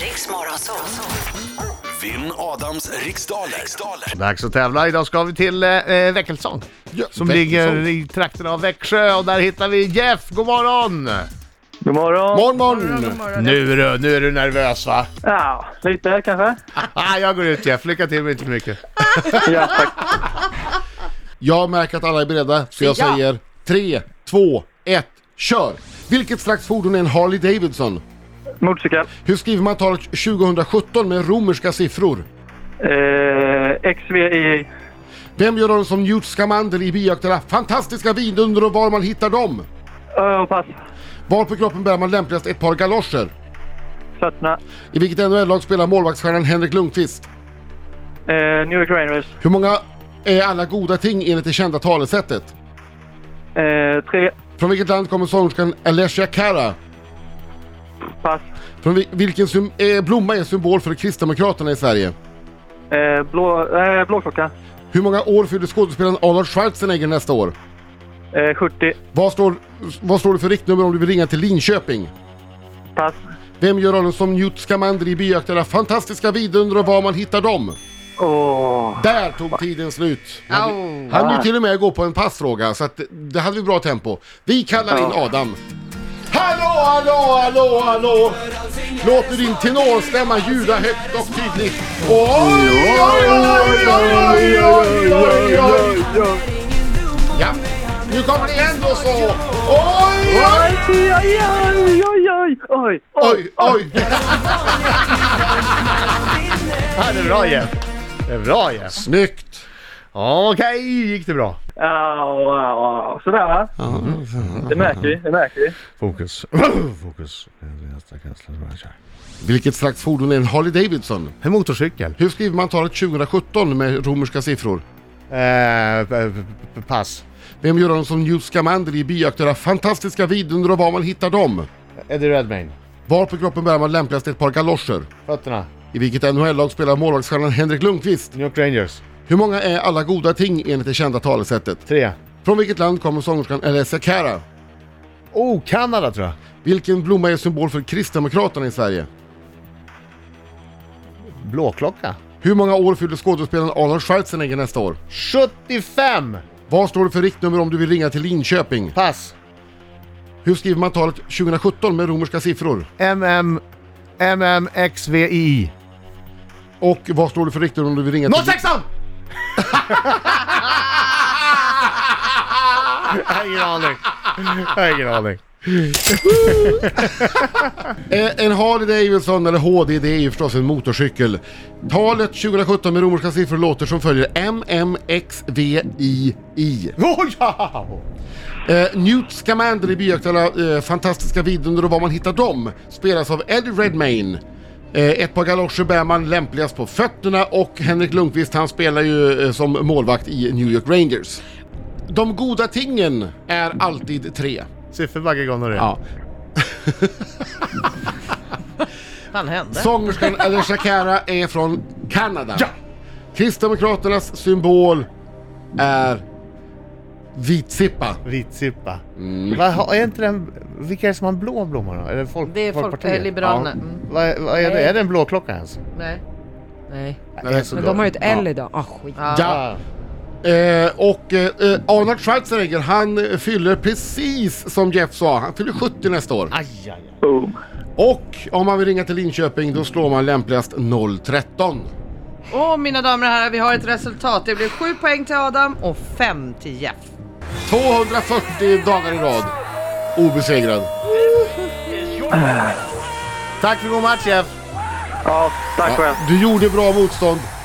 Riksmorgon så. Vinn Adams riksdaler. riksdaler. Dags att tävla. Idag ska vi till eh, eh, Väckelsång. Ja, Som Väckelsång. ligger i trakten av Växjö och där hittar vi Jeff. God morgon! God morgon. Morgon, God morgon! morgon. Nu du, nu är du nervös va? Ja, lite kanske. Ah, jag går ut Jeff, lycka till men inte för mycket. Ja, tack. Jag märker att alla är beredda, så jag Ja. säger 3, 2, 1, kör! Vilket slags fordon är en Harley Davidson? Motorcykel. Hur skriver man talet 2017 med romerska siffror? Eh, XVI. Vem gör rollen som Newt Scamander i biakterna Fantastiska vidunder och var man hittar dem? Öh, pass. Var på kroppen bär man lämpligast ett par galoscher? Fötterna. I vilket NHL-lag spelar målvaktsstjärnan Henrik Lundqvist? Eh, New York Rangers. Hur många är alla goda ting enligt det kända talesättet? Eh, tre. Från vilket land kommer sångerskan Alessia Cara? Pass. Från vi- vilken sym- eh, blomma är symbol för Kristdemokraterna i Sverige? Eh, blå, eh, blåklocka. Hur många år fyller skådespelaren Arnold Schwarzenegger nästa år? Eh, 70. Vad står, vad står det för riktnummer om du vill ringa till Linköping? Pass. Vem gör rollen som Newt Scamander i biakterna Fantastiska vidunder och var man hittar dem? Åh. Där tog tiden slut. Au. Han ju till och med gå på en passfråga, så att det- det hade vi bra tempo. Vi kallar in Adam. Hallå, hallå, hallå, hallå! Låter din tenorstämma ljuda högt och tydligt. Oj, oj, oj, oj, oj, oj, oj, oj. Ja, nu kommer det igen då så. Oj, oj, Oj, oj, oj, oj, oj, oj, oj, oj. Ah, det är bra Jeff. Det är bra Jeff. Snyggt. Okej, gick det bra? Au, au, au. Sådär va? Det märker vi, det märker vi. Fokus. Fokus. Vilket slags fordon är en Harley Davidson? En motorcykel. Hur skriver man talet 2017 med romerska siffror? Eh, p- p- pass. Vem gör honom som Newt Scamander i biakterna Fantastiska vidunder och var man hittar dem? Eddie Redmayne. Var på kroppen bär man lämpligast ett par galoscher? Fötterna. I vilket NHL-lag spelar målvaktsstjärnan Henrik Lundqvist? New York Rangers. Hur många är alla goda ting enligt det kända talesättet? Tre. Från vilket land kommer sångerskan Alessia Cara? Oh, Kanada tror jag. Vilken blomma är symbol för Kristdemokraterna i Sverige? Blåklocka. Hur många år fyller skådespelaren Arnold Schwarzenegger nästa år? 75! Vad står det för riktnummer om du vill ringa till Linköping? Pass. Hur skriver man talet 2017 med romerska siffror? MM... MMXVI. Och vad står det för riktnummer om du vill ringa till... 016! Jag har ingen aning. Jag har ingen aning. Eh, En Harley Davidson eller HD det är ju förstås en motorcykel. Talet 2017 med romerska siffror låter som följer MMXVII. Wow! Eh, Newt Scamander i biaktuella eh, Fantastiska vidunder och var man hittar dem spelas av Eddie Redmayne. Eh, ett par galoscher bär man lämpligast på fötterna och Henrik Lundqvist han spelar ju eh, som målvakt i New York Rangers. De goda tingen är alltid tre. Sifferbagge gonorré. Ja. Vad hände? Sångerskan Alicia Cara är från Kanada. Kristdemokraternas symbol är vitsippa. Vitsippa. Vad har- är inte den... Vilka är det som har en blå blomma då? Är det, folk, Det är folk, Folkpartiet? eh, Ja. Liberalerna. Mm. Vad, vad är det? Nej. Är det en blåklocka ens? Nej. Nej. Det är så Men bra. de har ju ett L idag. Ah, skit. Ja. Eh, och eh, eh, Arnold Schwarzenegger han eh, fyller precis som Jeff sa, han fyller 70 nästa år. Aj, aj, aj. Boom. Och om man vill ringa till Linköping då slår man lämpligast 013. Och mina damer och herrar, vi har ett resultat. Det blev 7 poäng till Adam och 5 till Jeff. 240 dagar i rad. Obesegrad. Tack för god match Jeff! Ja, tack själv. Du gjorde bra motstånd.